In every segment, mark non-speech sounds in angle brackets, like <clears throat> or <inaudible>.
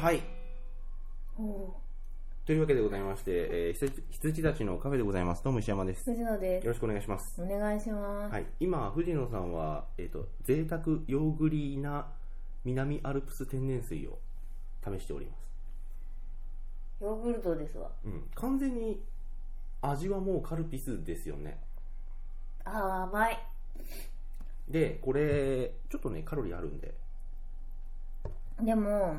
はい。おおというわけでございまして、えー羊羊たちのカフェでございます。どうも石山です。ー。よ藤野です。ろしくお願いします。お願いします。はい、今、藤野さんは、えっ、と、贅沢ヨーグリーな南アルプス天然水を試しております。ヨーグルトですわ。うん、完全に味はもうカルピスですよね。あー、甘い。で、これ、ちょっとね、カロリーあるんで。でも、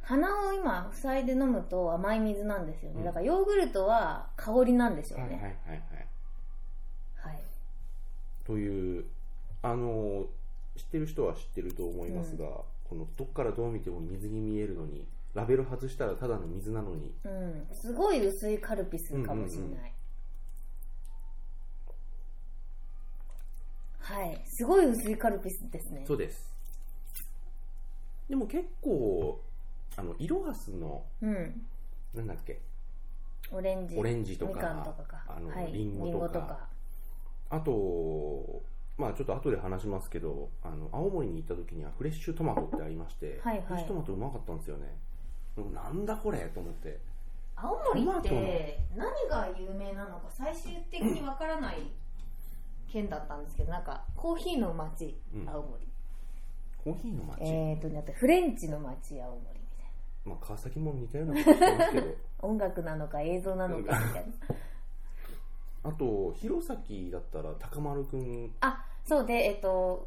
鼻を今塞いで飲むと甘い水なんですようね。んだからヨーグルトは香りなんでしょうはいはいね。はいはい。はい。というあの知ってる人は知ってると思いますが、このどっからどう見ても水に見えるのにラベル外したらただの水なのにうん。すごい薄いカルピスかもしれない。うんうんうんはい。すごい薄いカルピスですね。そうですでも結構あのイロハスのうん。なんだっけオレンジ。オレンジとかみかんとかか。あのはい。リンゴとかあとまあちょっと後で話しますけどあの青森に行った時にはフレッシュトマトってありまして、はいはいフレッシュトマトうまかったんですよねなんだこれと思って青森って何が有名なのか最終的にわからない県だったんですけどなんかコーヒーの街うん青森、コーヒーの街、えっ、ー、とねあとフレンチの街青森みたいまあ、川崎も似たようなことしてますけど <laughs> な音楽なのか映像なのかみたいなあと弘前だったら高丸くんあそうでえっ、と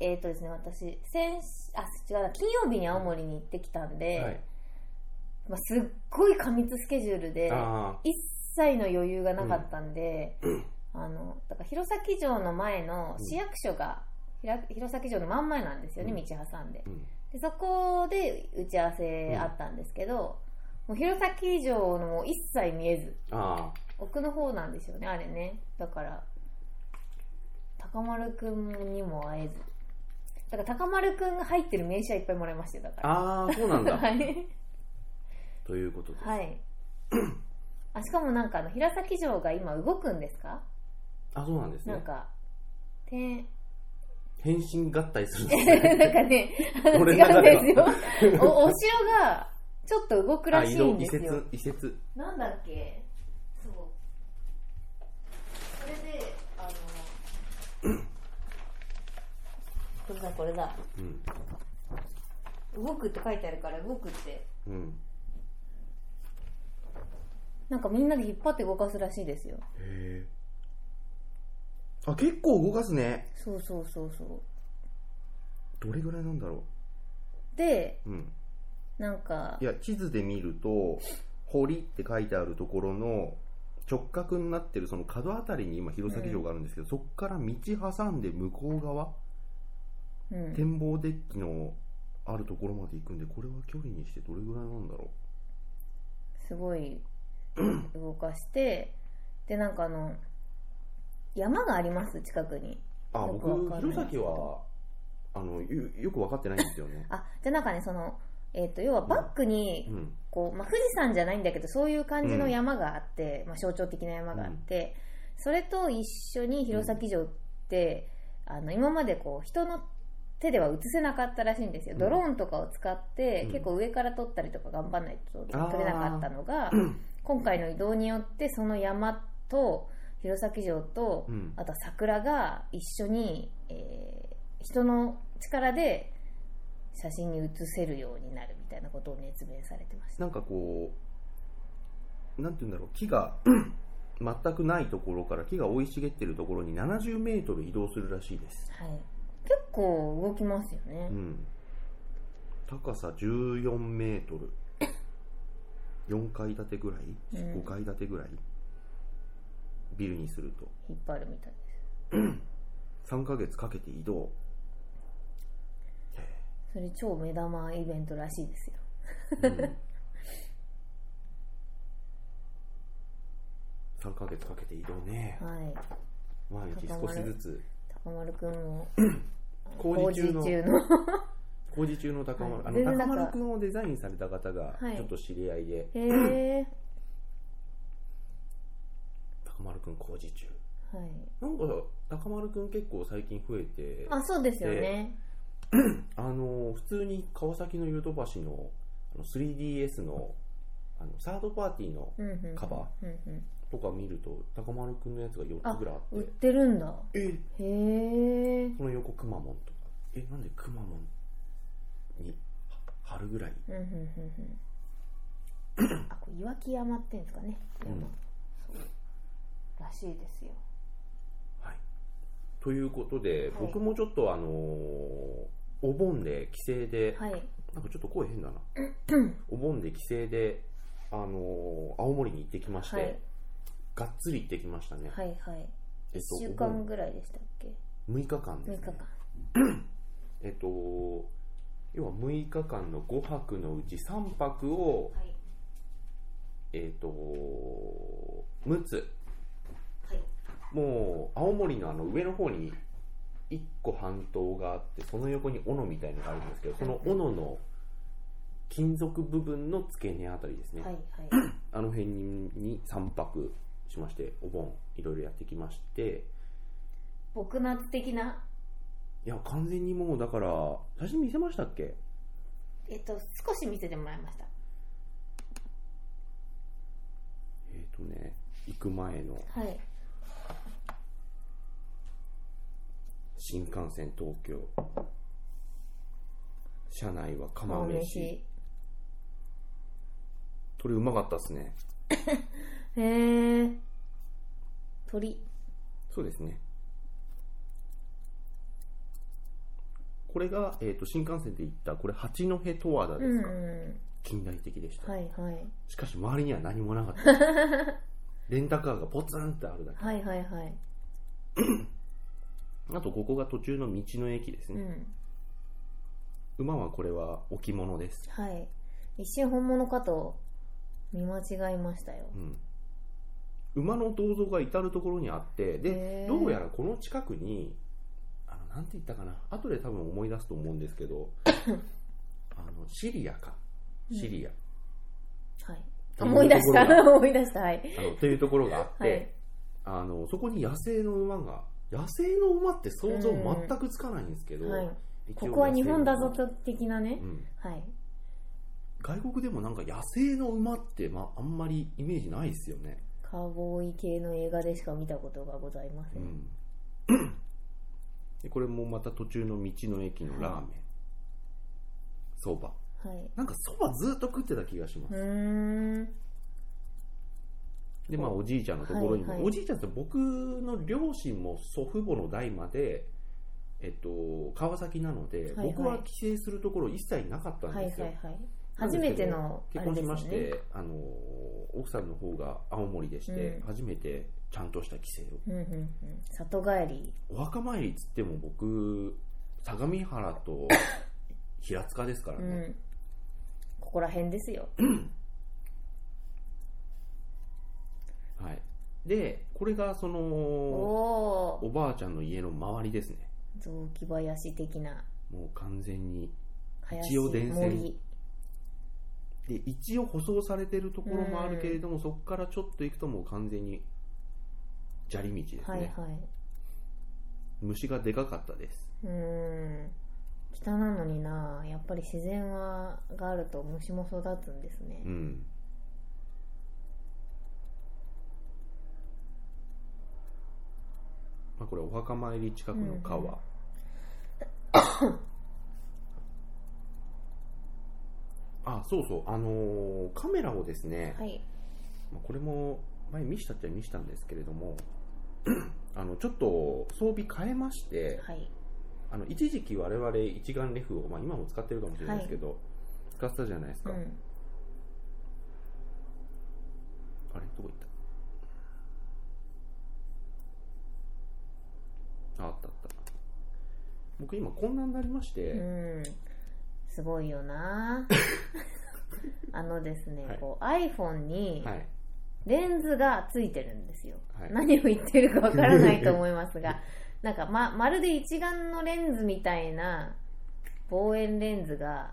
えっ、とですね私先あ違うな金曜日に青森に行ってきたんで、はい、まあ、すっごい過密スケジュールであ一切の余裕がなかったんで、あのだから弘前城の前の市役所が、ひら弘前城の真ん前なんですよね、うん道挟んでー、うん、でそこで打ち合わせあったんですけど、もう弘前城のもう一切見えずあ奥の方なんですよねあれねだから高丸くんにも会えずだから高丸くんが入ってる名刺はいっぱいもらいましたよだーからあーそうなんだ <laughs> はいということです、はい。あしかもなんかあの平崎城が今動くんですか？あそうなんですなんねか <laughs> 天変身合体 <laughs> するんですなんねかね違うん俺の中でですよ。おお城がちょっと動くあらし移いん動移ですよ設。移設なんだっけ？そう。それであの。これだこれだうん動くって書いてあるから動くってうんなんかみんなで引っ張って動かすらしいですよへえあ結構動かすねそうそうそうそうどれぐらいなんだろでううんなんかいや地図で見ると堀って書いてあるところの直角になってるその角あたりに今弘前城があるんですけど、そこから道挟んで向こう側うん展望デッキのあるところまで行くんでこれは距離にしてどれぐらいなんだろすごい動かしてでなんかあの山があります近くにうあよ僕くわかんない弘前はあのよよく分かってないんですよねあじゃあなんかねその、えっと要はバックにうんこう、まあ、富士山じゃないんだけどそういう感じの山があって、まあ、象徴的な山があって、それと一緒に弘前城って、あの今までこう人の手では映せなかったらしいんですよ、うんドローンとかを使って、うん結構上から撮ったりとか頑張らないとあー撮れなかったのが今回の移動によってその山と弘前城と、うんあとは桜が一緒に、えー人の力で写真に写せるようになるみたいなことを熱弁されてましたなんかこうなんて言うんだろう木が <clears throat> 全くないところから木が生い茂ってるところに70メートル移動するらしいですはい、結構動きますよねう、ん高さ14メートル4階建てぐらいうん5階建てぐらいビルにすると引っ張るみたいです3ヶ月かけて移動それ超目玉イベントらしいですよ <laughs> 3ヶ月かけて移動ねはい毎日少しずつ高丸くんも工事中の工事の工事中の高丸、はいあの全然高なんか丸くんをデザインされた方がはいちょっと知り合いで、へえ高丸くん工事中はいなんか高丸くん結構最近増えてあそうですよねあの普通に川崎のヨドバシのあの 3DS のあのサードパーティーのうんうんカバうんうんとか見ると中丸くんのやつが4つぐらいあ売っっててるんだえへえその横くまモンとかえなんでくまモンに貼るぐらいうんうんうんうんあこれ岩木山っていうんですかね山、うんそうらしいですよはい、ということで、はい僕もちょっとあのーお盆で帰省で、はいなんかちょっと声変だなお盆で帰省で、あのー青森に行ってきまして、はいがっつり行ってきましたね、はいはいえっと1週お間盆ぐらいでしたっけ6日間で6す日ね間えっと要は6日間の5泊のうち3泊をはいえっと6つはいもう青森のあの上の方に1個半島があってその横に斧みたいのがあるんですけどその斧の金属部分の付け根あたりですね、はいはい <clears throat> あの辺に3泊しましてお盆いろいろやってきまして僕夏的ないや完全にもうだから写真見せましたっけえっと少し見せてもらいましたえっ、とね行く前のはい新幹線東京車内は釜お飯これうまかったっすねへえ鳥そうですね。これが、えー、と新幹線で行った、これ八戸十和田うですんか、う近代的でした、んはいはいしかし周りには何もなかった。 <laughs> レンタカーがポツンってあるだけ。はいはいはいあとここが途中の道の駅ですうね。ん馬はこれは置物です。はい一瞬本物かと見間違いましたようん。馬の銅像が至る所にあって、へで、ーどうやらこの近くに、あの、なんて言ったかな、後で多分思い出すと思うんですけ <laughs> ど、あの、シリアか。シリア。はいと思い出しところたが思い出したはいあのというところがあって、 <laughs> はいあのそこに野生の馬が野生の馬って想像全くつかないんですけど、はい一応ここは日本だぞ野生のと的なね馬、うんはい外国でもなんか野生の馬って、まあ、あんまりイメージないですよね、カウボーイ系の映画でしか見たことがございませ、うんんでこれもまた途中の道の駅のラーメンそば、はいなんかそばずっと食ってた気がしますう、ーんでまあおじいちゃんのところにも、はいはいおじいちゃんって僕の両親も祖父母の代まで、えっと、川崎なので、いはい僕は帰省するところ一切なかったんはでいはいすよ、はいなん初ですけどめてのあ結れ婚しですよましねて、あの奥さんの方が青森でして、うん初めてちゃんとした帰省をうんうんうん里帰りお墓参りっつっても僕相模原 <laughs> と平塚ですからうね、んここら辺ですよはい、でこれがそおのおおばあちゃんの家の周りですねー雑木林的なもう完全に林一応電線森で一応舗装されてるところもあるけれども、そこからちょっと行くともう完全に砂利道ですね、はいはい虫がでかかったですうーん北なのになやっぱり自然はがあると虫も育つんですねうんまあこれお墓参り近くの川、うんうんあそうそうあのーカメラをですね、はいまあこれも前見したっちゃ見したんですけれども <clears throat> あのちょっと装備変えまして、はいあの一時期我々一眼レフを、まあ、今も使ってるかもしれないですけど、使ってたじゃないですうか、あれんどこ行ったああったあった僕今こんなになりまして、うんすごいよ <laughs> なあのですね、はいこう iPhone にはいレンズがついてるんですよ、はい何を言ってるかわからないと思います <laughs> がなんかままるで一眼のレンズみたいな望遠レンズが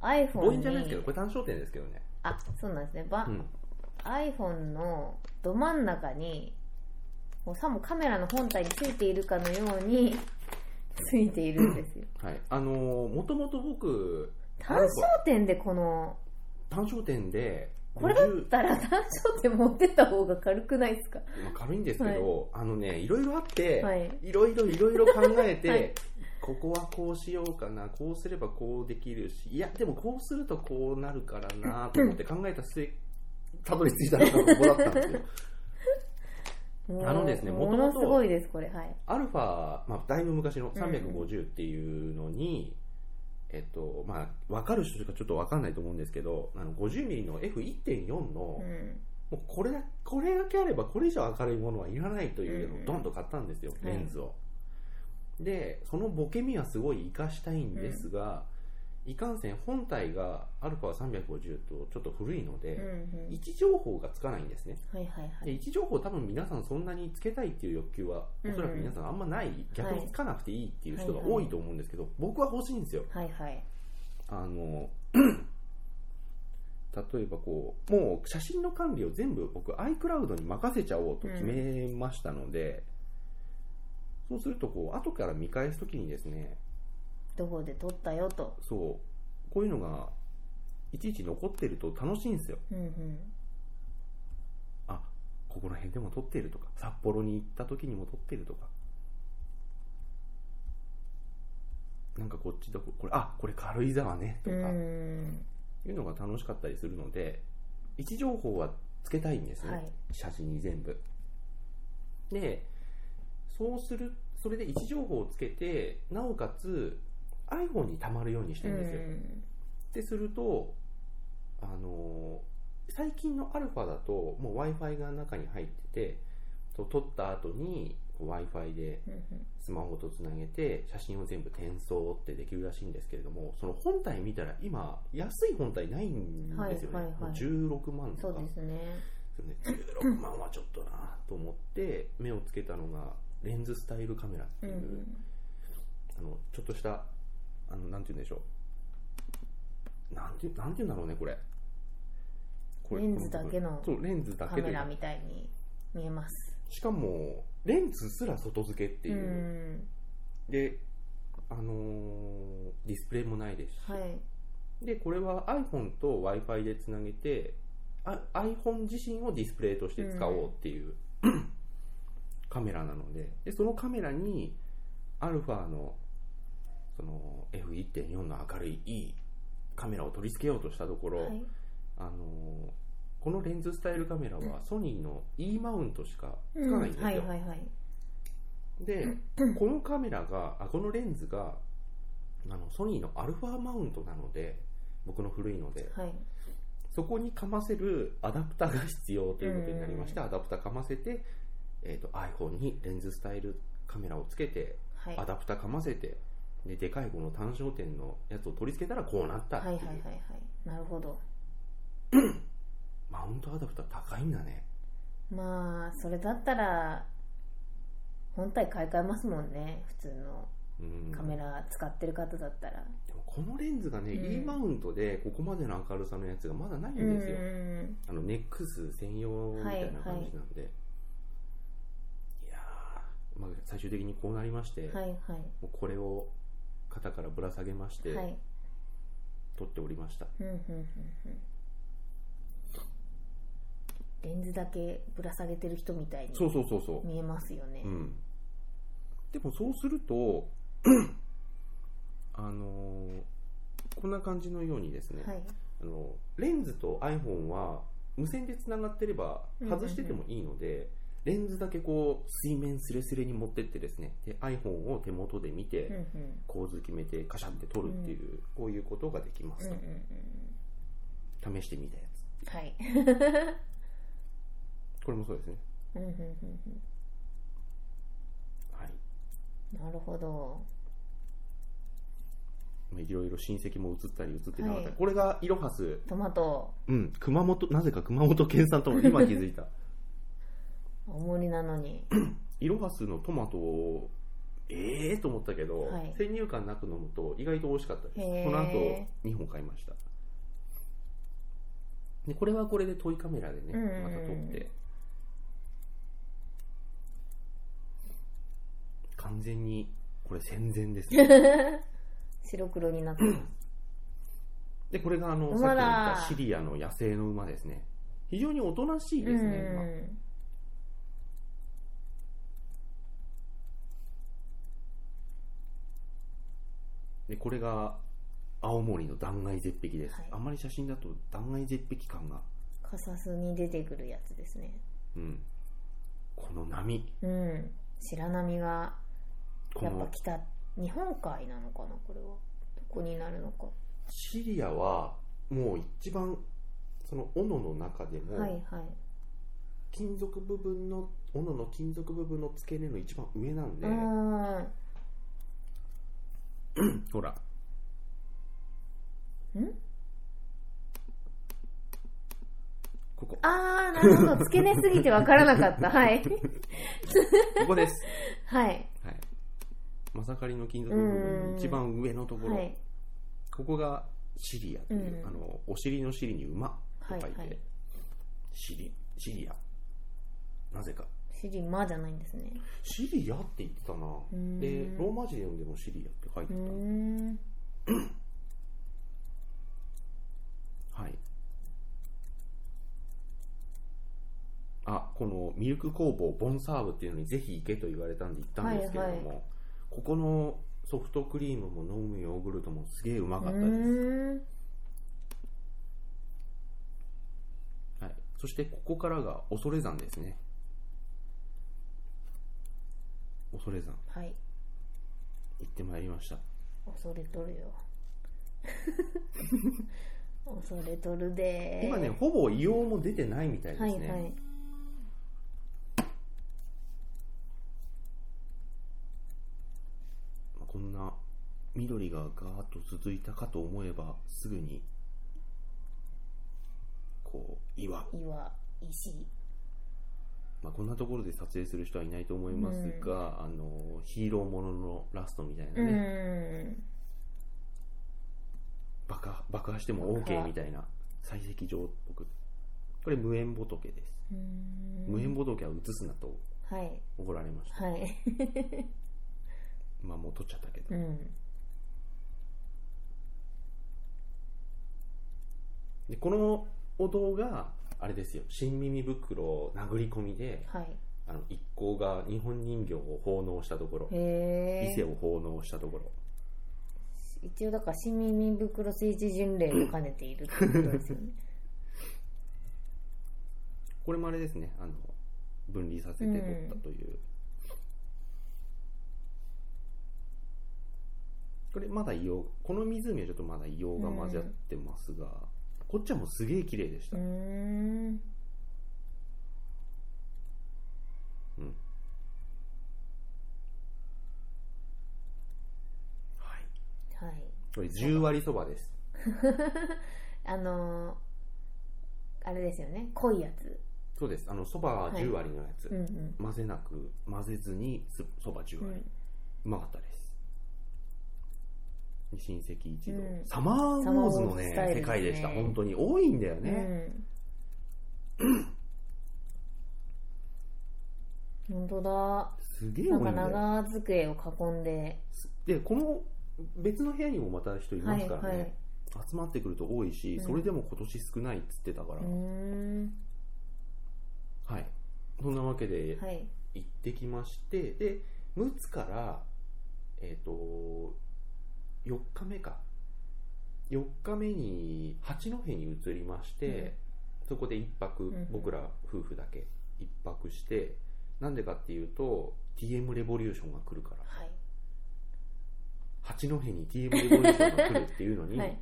望 iPhone 遠じゃないですけどにこれ単焦点ですけどね、あそうなんですね、ばうん、 iPhone のど真ん中にもうさもカメラの本体についているかのようについているんですよはいあのー、もともと僕単焦点でこの単焦点でこれだっ50たら単焦点持ってった方が軽くないですかまあ軽いんですけど、あのねいろいろあって、はいいろいろいろいろ考えて、はいここはこうしようかなこうすればこうできるしいやでもこうするとこうなるからなと思って考えた末たどり着いたのがここだったんですよ <laughs> もうあのですねも元々のすごいですこれはいアルファ、まあ、だいぶ昔のうん350っていうのに、えっとまあ、分かる人しかちょっと分かんないと思うんですけどあの 50mm の F1.4 の、もうんうこれだこれだけあればこれ以上明るいものはいらないというのうをんドンと買ったんですよ、はいレンズを、でそのボケみはすごい活かしたいんですが、いかんせん本体が α350 とちょっと古いのうんで、うん位置情報がつかないんですねはいはいはでい位置情報多分皆さんそんなにつけたいっていう欲求はおそらく皆さんあんまない、逆につかなくていいっていう人が多いと思うんですけど、僕は欲しいんですよはいはいあの <clears throat> 例えばこうもう写真の管理を全部僕 iCloud に任せちゃおうと決めましたので、そうするとこう後から見返す時にですねどこで撮ったよとそうこういうのがいちいち残ってると楽しいんですようんうんあここら辺でも撮ってるとか札幌に行った時にも撮ってるとかなんかこっちどここれあこれ軽井沢ねとうかんいうのが楽しかったりするので位置情報はつけたいんですね、はい写真に全部でそうするそれで位置情報をつけてなおかつ iPhone にたまるようにしてうるんですよ、んってすると、あのー最近のアルファだともう w i f i が中に入っててそう撮った後に w i f i でうんうんスマホとつなげて写真を全部転送ってできるらしいんですけれどもその本体見たら今安い本体ないんですよね、はいはいはいもう16万そとうかですねするね16万はちょっとなと思って目をつけたのがレンズスタイルカメラってういう、んあのちょっとしたあのなんて言うんでしょうなんてなんて言うんだろうねこれこれレンズだけのそうレンズだカけメでラみたいに見えますしかもレンズすら外付けってういう、んであのーディスプレイもないですし、はいでこれは iPhone と w i f i でつなげてあ iPhone 自身をディスプレイとして使おうっていう、 <clears throat> カメラなのででそのカメラに α のその F1.4 の明るいいいカメラを取り付けようとしたところ、はいあのーこのレンズスタイルカメラはソニーの E マウントしかつかないんですよ、はいはいはいでこのカメラがあこのレンズがあのソニーの α マウントなので僕の古いので、はいそこにかませるアダプターが必要ということになりまして、アダプターかませて、えー、と iPhone にレンズスタイルカメラをつけて、はいアダプターかませてででかいこの単焦点のやつを取り付けたらこうなったって、はいいうはいはいはいなるほどマウントアダプター高いんだねまあそれだったら本体買い替えますもんね普通のうんカメラ使ってる方だったらでもこのレンズがね、うん E マウントでここまでの明るさのやつがまだないんうんですよ、あのネックス専用みたいな感じなんで、いやー、まあ、最終的にこうなりまして、はいはもうこれを肩からぶら下げまして、いはい撮っておりましたうんうんうんうんレンズだけぶら下げてる人みたいにそうそうそうそ見えますよねう、うん、でもそうすると <clears throat> あのーこんな感じのようにですね、はいあのレンズと iPhone は無線でつながってればうんうんうん外しててもいいので、レンズだけこう水面スレスレに持ってってですねで iPhone を手元で見て、うんうん構図決めてカシャって撮るっていう、こういうことができまうすんうと、んうん試してみたやはいつこれもそうですねうんうんうんうんはいなるほどまあいろいろ親戚も映ったり映ってなかったり、はいこれがイロハストマトうん、熊本、なぜか熊本県産トマト、今気づいた。青森な <laughs> のにイロハスのトマトを、ええー、と思ったけど、はい先入観なく飲むと意外と美味しかったです。へーこの後、2本買いました。で、これはこれでトイカメラでね、うんうんうんまた撮って。完全にこれ戦前です白黒になってます。でこれがあのさっき馬言だったシリアの野生の馬ですね非常におとなしいですね、馬うんでこれが青森の断崖絶壁です、はいあんまり写真だと断崖絶壁感が、カサスに出てくるやつですね。うん、この波うん。白波がこやっぱの北日本海なのかなこれはどこになるのかシリアはもう一番その斧の中でも、はいはい金属部分の斧の金属部分の付け根の一番上なんで、うーんほらんここああなるほど付け根すぎてわからなか <laughs> ったはいここです、はいはい、マサカリの金属部分の一番上のところ、はいここがシリアという、うんあのお尻の尻に馬と書いて、はいはいシリシリアなぜかシリマじゃないんですねシリアって言ってたなうーんでローマ字で読んでもシリアって書いうてーた、んはいあこのミルク工房ボンサーブっていうのにぜひ行けと言われたんで行ったんですけれども、はいはここのソフトクリームも飲むヨーグルトもすげえうまうかったです、ーんはい、そしてここからが恐山ですね恐山はい行ってまいりました恐れとるよ <laughs> 恐れとるでー今ねほぼ硫黄も出てないみたいですはね、いはいまあこんな緑がガーッと続いたかと思えばすぐにこう岩、岩石まあ、こんなところで撮影する人はいないと思いますが、あのヒーローもののラストみたいなうね、ーん爆破爆破しても爆破 OK みたいな採石場っぽくこれ無縁仏です、うーん無縁仏は映すなとはい怒られました、はいまあもう取っちゃったけど、うんでこのお堂があれですよ新耳袋を殴り込みではいあの一行が日本人形を奉納したところ伊へ勢えを奉納したところ一応だから新耳袋聖地巡礼を兼ねているってことですよねこれもあれですねあの分離させて取ったという、これまだ硫黄この湖はちょっとまだ硫黄が混ざってますが、こっ <laughs> ちはもうすげえ綺麗でしうた、ーんはい、はいこれ10割そばですあのーあれですよね濃いやつそうですあのそば10割のやつ、うんうん混ぜなく混ぜずにすそば10う割、うんまかったですで親戚一同、うんサマーウォーズのサマーウォーズスタイねルですね世界でした本当に多いんだようね、ん本当だすげえ多いなんんだかよ長机を囲んででこの別の部屋にもまた人いますからね、はいはい集まってくると多いし、うんそれでも今年少ないっつってたから、うーんはいそんなわけではい行ってきまして、で陸奥からえっ、と4日目か4日目に八戸に移りまして、うんそこで一泊、んうん僕ら夫婦だけ一泊してなんでかっていうと TM レボリューションが来るからはい八戸に TM レボリューションが来るっていうのに、 <laughs> はい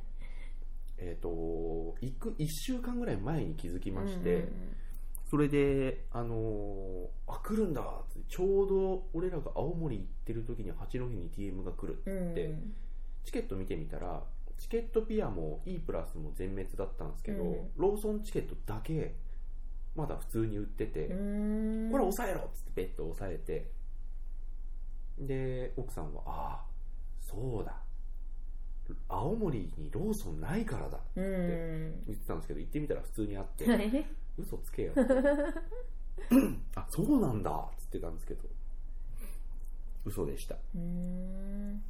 えー、と行く1週間ぐらい前に気づきまして、うんうんそれで、あのーあ来るんだってちょうど俺らが青森行ってる時に八戸に TM が来るうんでチケット見てみたらチケットピアも E プラスも全滅だったんですけど、うんローソンチケットだけまだ普通に売ってて、うこんうーんれ抑えろっつってベッド押さえてで奥さんはああそうだ青森にローソンないからだうん言ってたんですけど行ってみたら普通にあって <laughs> はい嘘つけ <laughs> よあそうなんだっつってたんですけど嘘でしたうーん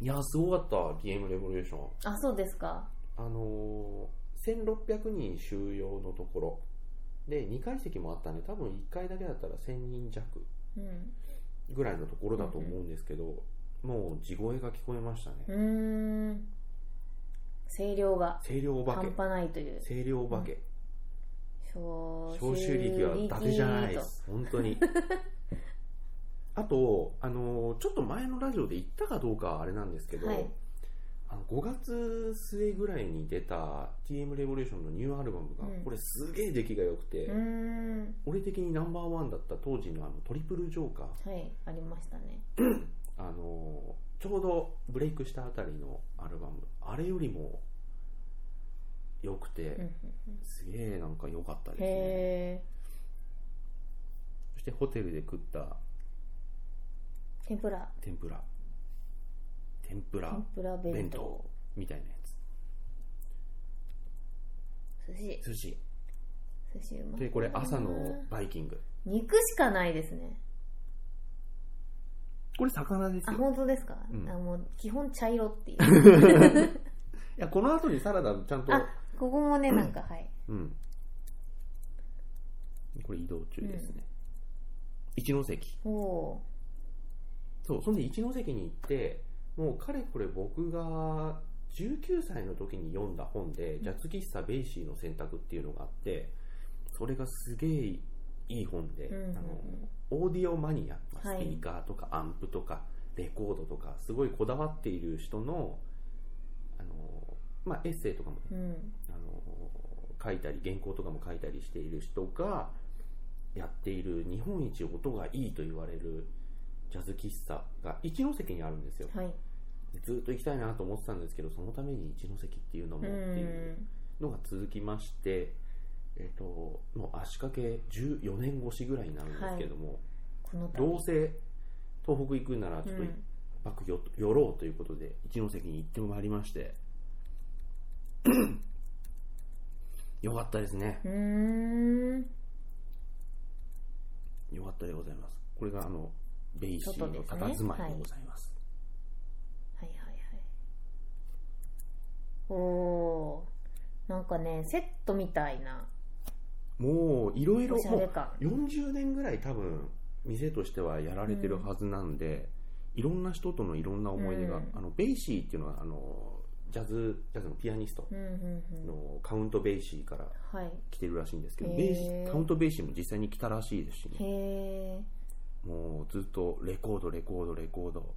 いやーすごかったゲームレボリューションあそうですかあのー1600人収容のところで2階席もあったんで多分1階だけだったら1000人弱うんぐらいのところだと思うんですけど、もう地声が聞こえましたね、うーん声量が清涼お化け半端ないという清涼お化け、消消臭力は伊達じゃないです本当 <laughs> にあと、あのーちょっと前のラジオで言ったかどうかはあれなんですけど、はいあの5月末ぐらいに出た TM レボリューションのニューアルバムが、うんこれすげえ出来が良くて、とうーん俺的にナンバーワンだった当時のあのトリプルジョーカー、はいありましたねあのーちょうどブレイクしたあたりのアルバムあれよりも良くて、うんうんうんすげえなんか良かったですねへえそしてホテルで食った天ぷら天ぷら天ぷら天ぷら弁弁当当みたいなや寿司つ寿司寿司うまいなでこれ朝のバイキング肉しかないですねこれ魚ですあよ本当ですか、うんあもう基本茶色っていうい <laughs> やこの後にサラダちゃんとあここもねなんかはいうんこれ移動中ですね、一ノ関おおそうそんで一ノ関に行ってもうかれこれ僕が19歳の時に読んだ本で「ジャズ喫茶ベイシーの選択」っていうのがあってそれがすげえいい本で、うんうんうんあのオーディオマニアまあはスいピーカーとかアンプとかレコードとかすごいこだわっている人のあの、まあ、エッセイとかもねーうんあの書いたり原稿とかも書いたりしている人がやっている日本一音がいいと言われるジャズ喫茶が一ノ関にあるんですよはいずっと行きたいなと思ってたんですけどそのために一ノ関っていうのもってういうんのが続きましてえっともう足掛け14年越しぐらいになるんですけども、このど度うせ東北行くならちょっとう一ん泊よ寄ろうということで一ノ関に行ってまいりまして <coughs> よかったですねうーんよかったでございますこれがあのベイシーのたたずまいでございますはいはいはいおおーなんかねセットみたいなもういろいろおしゃもれう感40年ぐらい多分店としてはやられてるはずなんで、いろんな人とのいろんな思い出が、うんあのベイシーっていうのはあのジャズジャズのピアニストうんうんうんのカウント・ベイシーからはい来てるらしいんですけど、へーベイシーカウント・ベイシーも実際に来たらしいですしね、へえもうずっとレコードレコードレコード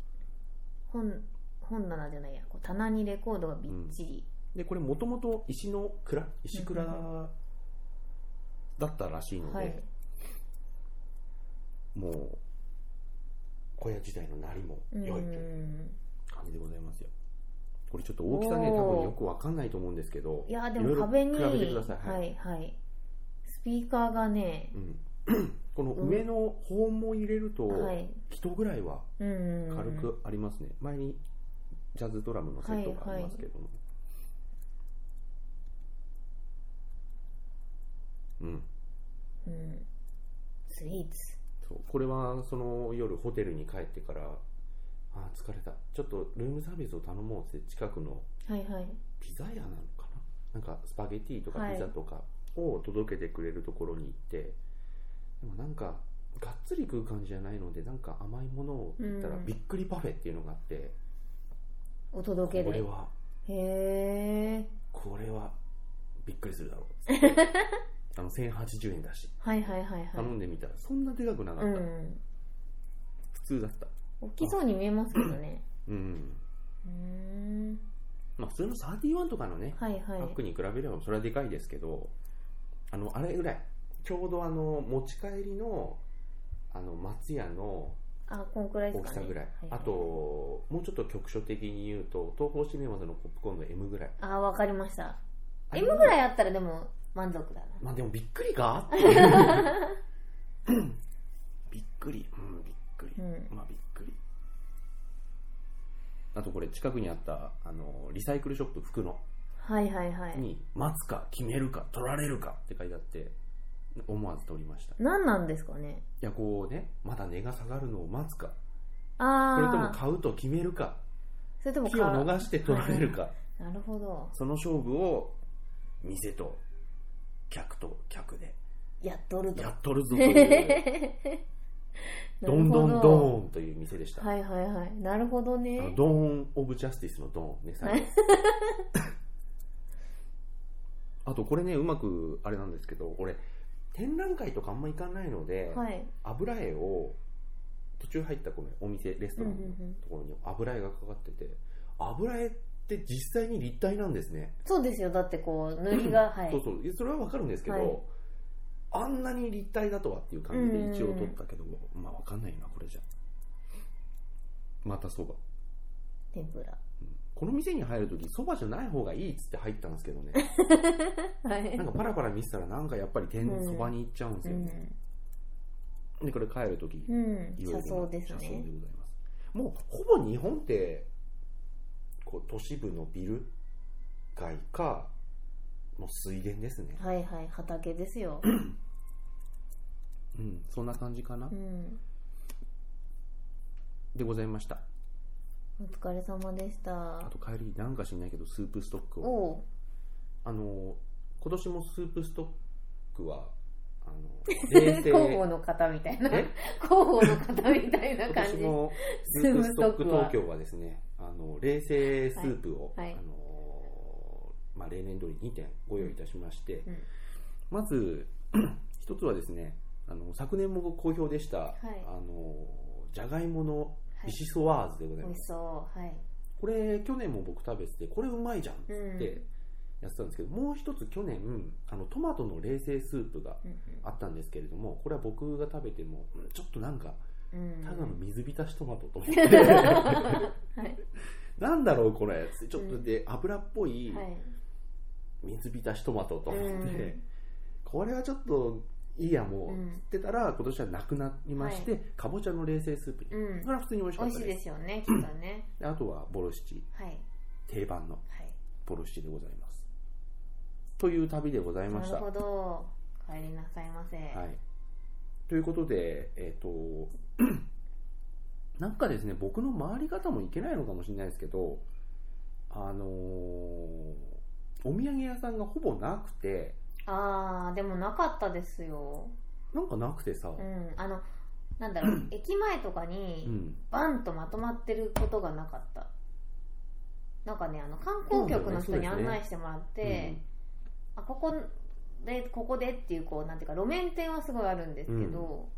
本本棚じゃないやこう棚にレコードがびっちり、でこれもともと石の蔵石蔵うんうだったらしいので、はいもう小屋自体のなりもうん良いという感じでございますよこれちょっと大きさねおー多分よくわかんないと思うんですけどいやでいろもいろ壁に比べてください、ははいいはいスピーカーがねうん <clears throat> この上の保温も入れるとはい人ぐらいはうんうんうん軽くありますね、前にジャズドラムのセットがありますけども、うんうんスイーツそうこれはその夜ホテルに帰ってからあー疲れたちょっとルームサービスを頼もうって近くのはいはいピザ屋なのかななんかスパゲティとかはいピザとかを届けてくれるところに行って、でもなんかがっつり食う感じじゃないのでなんか甘いものを言ったらうんびっくりパフェっていうのがあって、お届けこれではへえこれはびっくりするだろ <laughs> うあの1080円だしはいはいはいはい頼んでみたらそんなでかくなかっうた、ん普通だった大きそうに見えますけどねうんうーんまあ普通の31とかのねはいはいパックに比べればそれはでかいですけどあのあれぐらいちょうどあの持ち帰りのあの松屋のあこんくらいで大すきか、ね、さぐらい、はあともうちょっと局所的に言うと東宝シネマズのポップコーンの M ぐらいあわかりましたあ M ぐらいあったらでも満足だなまあでもびっくりかって <laughs> いう <clears throat> びっくりうんびっくり、うんまあびっくりあとこれ近くにあったあのリサイクルショップ福野はいはいはいに「待つか決めるか取られるか」って書いてあって思わず取りましたい何なんですかねやこうねまだ値が下がるのを待つかあそれともあ買うと決めるかそれとも木を買う逃して取られるかなるほどその勝負を店と客と客でやっとるとやっとるぞ <laughs> というどんどんンドーンという店でした、はいはいはいなるほどねあのドーン・オブ・ジャスティスのドーンね最後 <laughs> あとこれねうまくあれなんですけど俺展覧会とかあんま行かないので、はい油絵を途中入ったこのお店レストランのところに油絵がかかってて油絵って実際に立体なんですね、そうですよだってこう塗りがはいそうそういやそれはわかるんですけど、はいあんなに立体だとはっていう感じうんうんうんで一応撮ったけど、まあわかんないなこれじゃまたそば天ぷらこの店に入るときそばじゃない方がいいっつって入ったんですけどね <laughs> はいなんかパラパラ見てたらなんかやっぱり天うんそばに行っちゃうんですうよね、んでこれ帰るときうんいろいろ車な窓です車窓でごねざいますもうほぼ日本ってこう都市部のビル街かもう水田ですね、はいはい畑で <clears throat> すようん、そんな感じかな、うんでございましたお疲れ様でしあたと帰りなんか知んないけどスープストックをおうあの今年もスープストックはあの冷 <laughs> 広報静の方みたいなえ広報の方みたいな今感年じもスープストック東京はですねあの冷製スープを、はいはいあのまあ、例年通り2点ご用意いたしまして、うんまず <clears throat> 一つはですねあの昨年も好評でした、いあのじゃがいものはビいシソワーズでござい美ま味すし、そうはいこれ去年も僕食べててこれうまいじゃんっつってやってたんですけど、もう一つ去年あのトマトの冷製スープがあったんですけれどもこれは僕が食べてもうんちょっとなんかうんただの水浸しトマトと思って、はいなんだろうこれちょっとで油っぽいはい水浸しトマトと思って、うんこれはちょっといいやもう、うんつってたら今年はなくなりまして、かぼちゃの冷製スープに、うんそれは普通に美味し美かっ味たしいですですよねきっとねであとはボルシチはい定番のはいボルシチでございますという旅でございまなしるたほどお帰りなさいませはい、ということで、えっと <clears throat> なんかですね僕の回り方もいけないのかもしれないですけど、あのーお土産屋さんがほぼなくてあーでもなかったですよなんかなくてさ、うんあのなんだろ <clears throat> う駅前とかうにんバンとまとまってることがなかったなんかねあの観光局の人に案内してもらって、あここでここでっていうこうなんていうか路面店はすごいあるんですけど、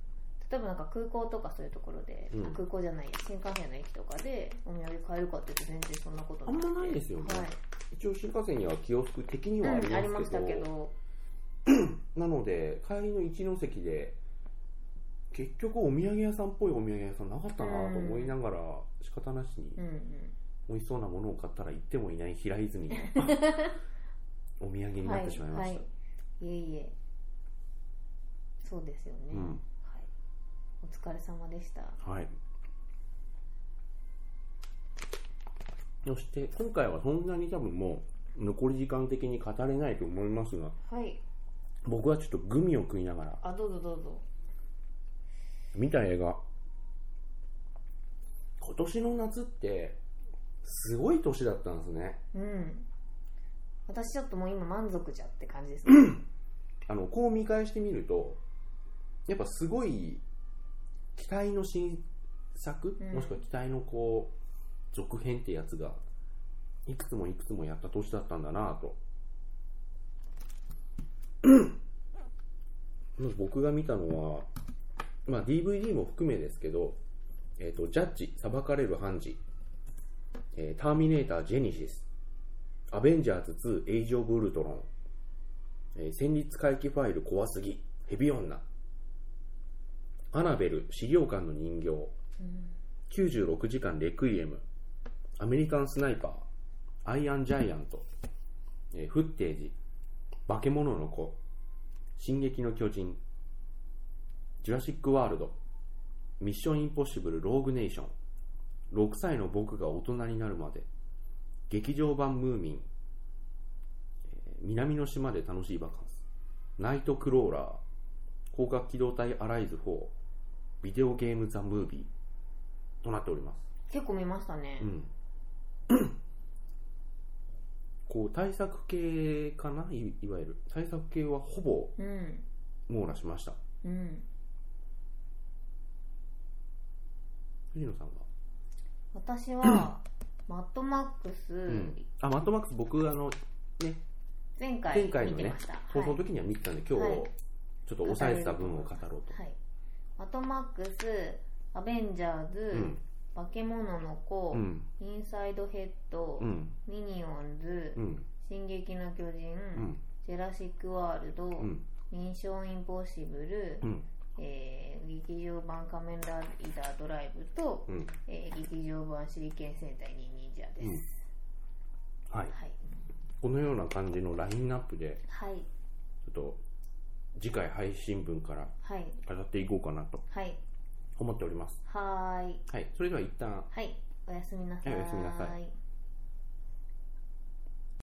例えばなんか空港とかそういうところで、うんあ空港じゃない新幹線の駅とかでお土産買えるかって言うと全然そんなことくてあんまないですよねはい一応新幹線には気を服的にはうん、あありりまましすたけど,、けどなので帰りの一ノ関で結局お土産屋さんっぽいお土産屋さんなかったなと思いながら仕方なしにうんうん美味しそうなものを買ったら行ってもいない平泉 <laughs> のお土産になってしまいました、はいいえいえそうですよね、うんはい、お疲れ様でしたはいそして今回はそんなに多分もう残り時間的に語れないと思いますがはい僕はちょっとグミを食いながらあどうぞどうぞ見た映画今年の夏ってすごい年だったんですねうん私ちょっともう今満足じゃって感じですあのこう見返してみるとやっぱすごい期待の新作、うんもしくは期待のこう続編ってやつがいくつもいくつもやった年だったんだなぁと <clears throat> もう僕が見たのは、まあ、DVD も含めですけど「えー、とジャッジ裁かれる判事」えーターミネータージェニシス」「アベンジャーズ2エイジ・オブ・ウルトロン」えー戦慄回帰ファイル怖すぎ、ヘビ女、アナベル、資料館の人形、うん96時間レクイエム、アメリカンスナイパー、アイアンジャイアント、えーフッテージ、化け物の子、進撃の巨人、ジュラシックワールド、ミッションインポッシブル、ローグネーション、6歳の僕が大人になるまで、劇場版ムーミン、えー南の島で楽しいバカンス、ナイトクローラー、広角機動隊アライズ4、ビデオゲームザムービー、となっております。結構見ましたねう。ん <coughs> こう対策系かないいわゆる対策系はほぼうん。網羅しましたうん。藤野さんは、私は、マッドマックス、うんあマットマックス僕あの前前回回の見ねてました。放送はいの時には見てたんで、今は日いちょっと抑えてた分を語ろうと、はい。マッドマックス、アベンジャーズ、うん化け物の子、うんインサイドヘッド、うんミニオンズ、うん進撃の巨人、うんジェラシックワールド、うんミッションインポッシブル、うんえー劇場版仮面ライダードライブと、うんえー劇場版手裏剣戦隊に忍者です、うんはいはいこのような感じのラインナップではいちょっと次回配信分からはい語っていこうかなとはい思っておりますはーいはいそれでは一旦はいおやすみなさーはいおやすみなさい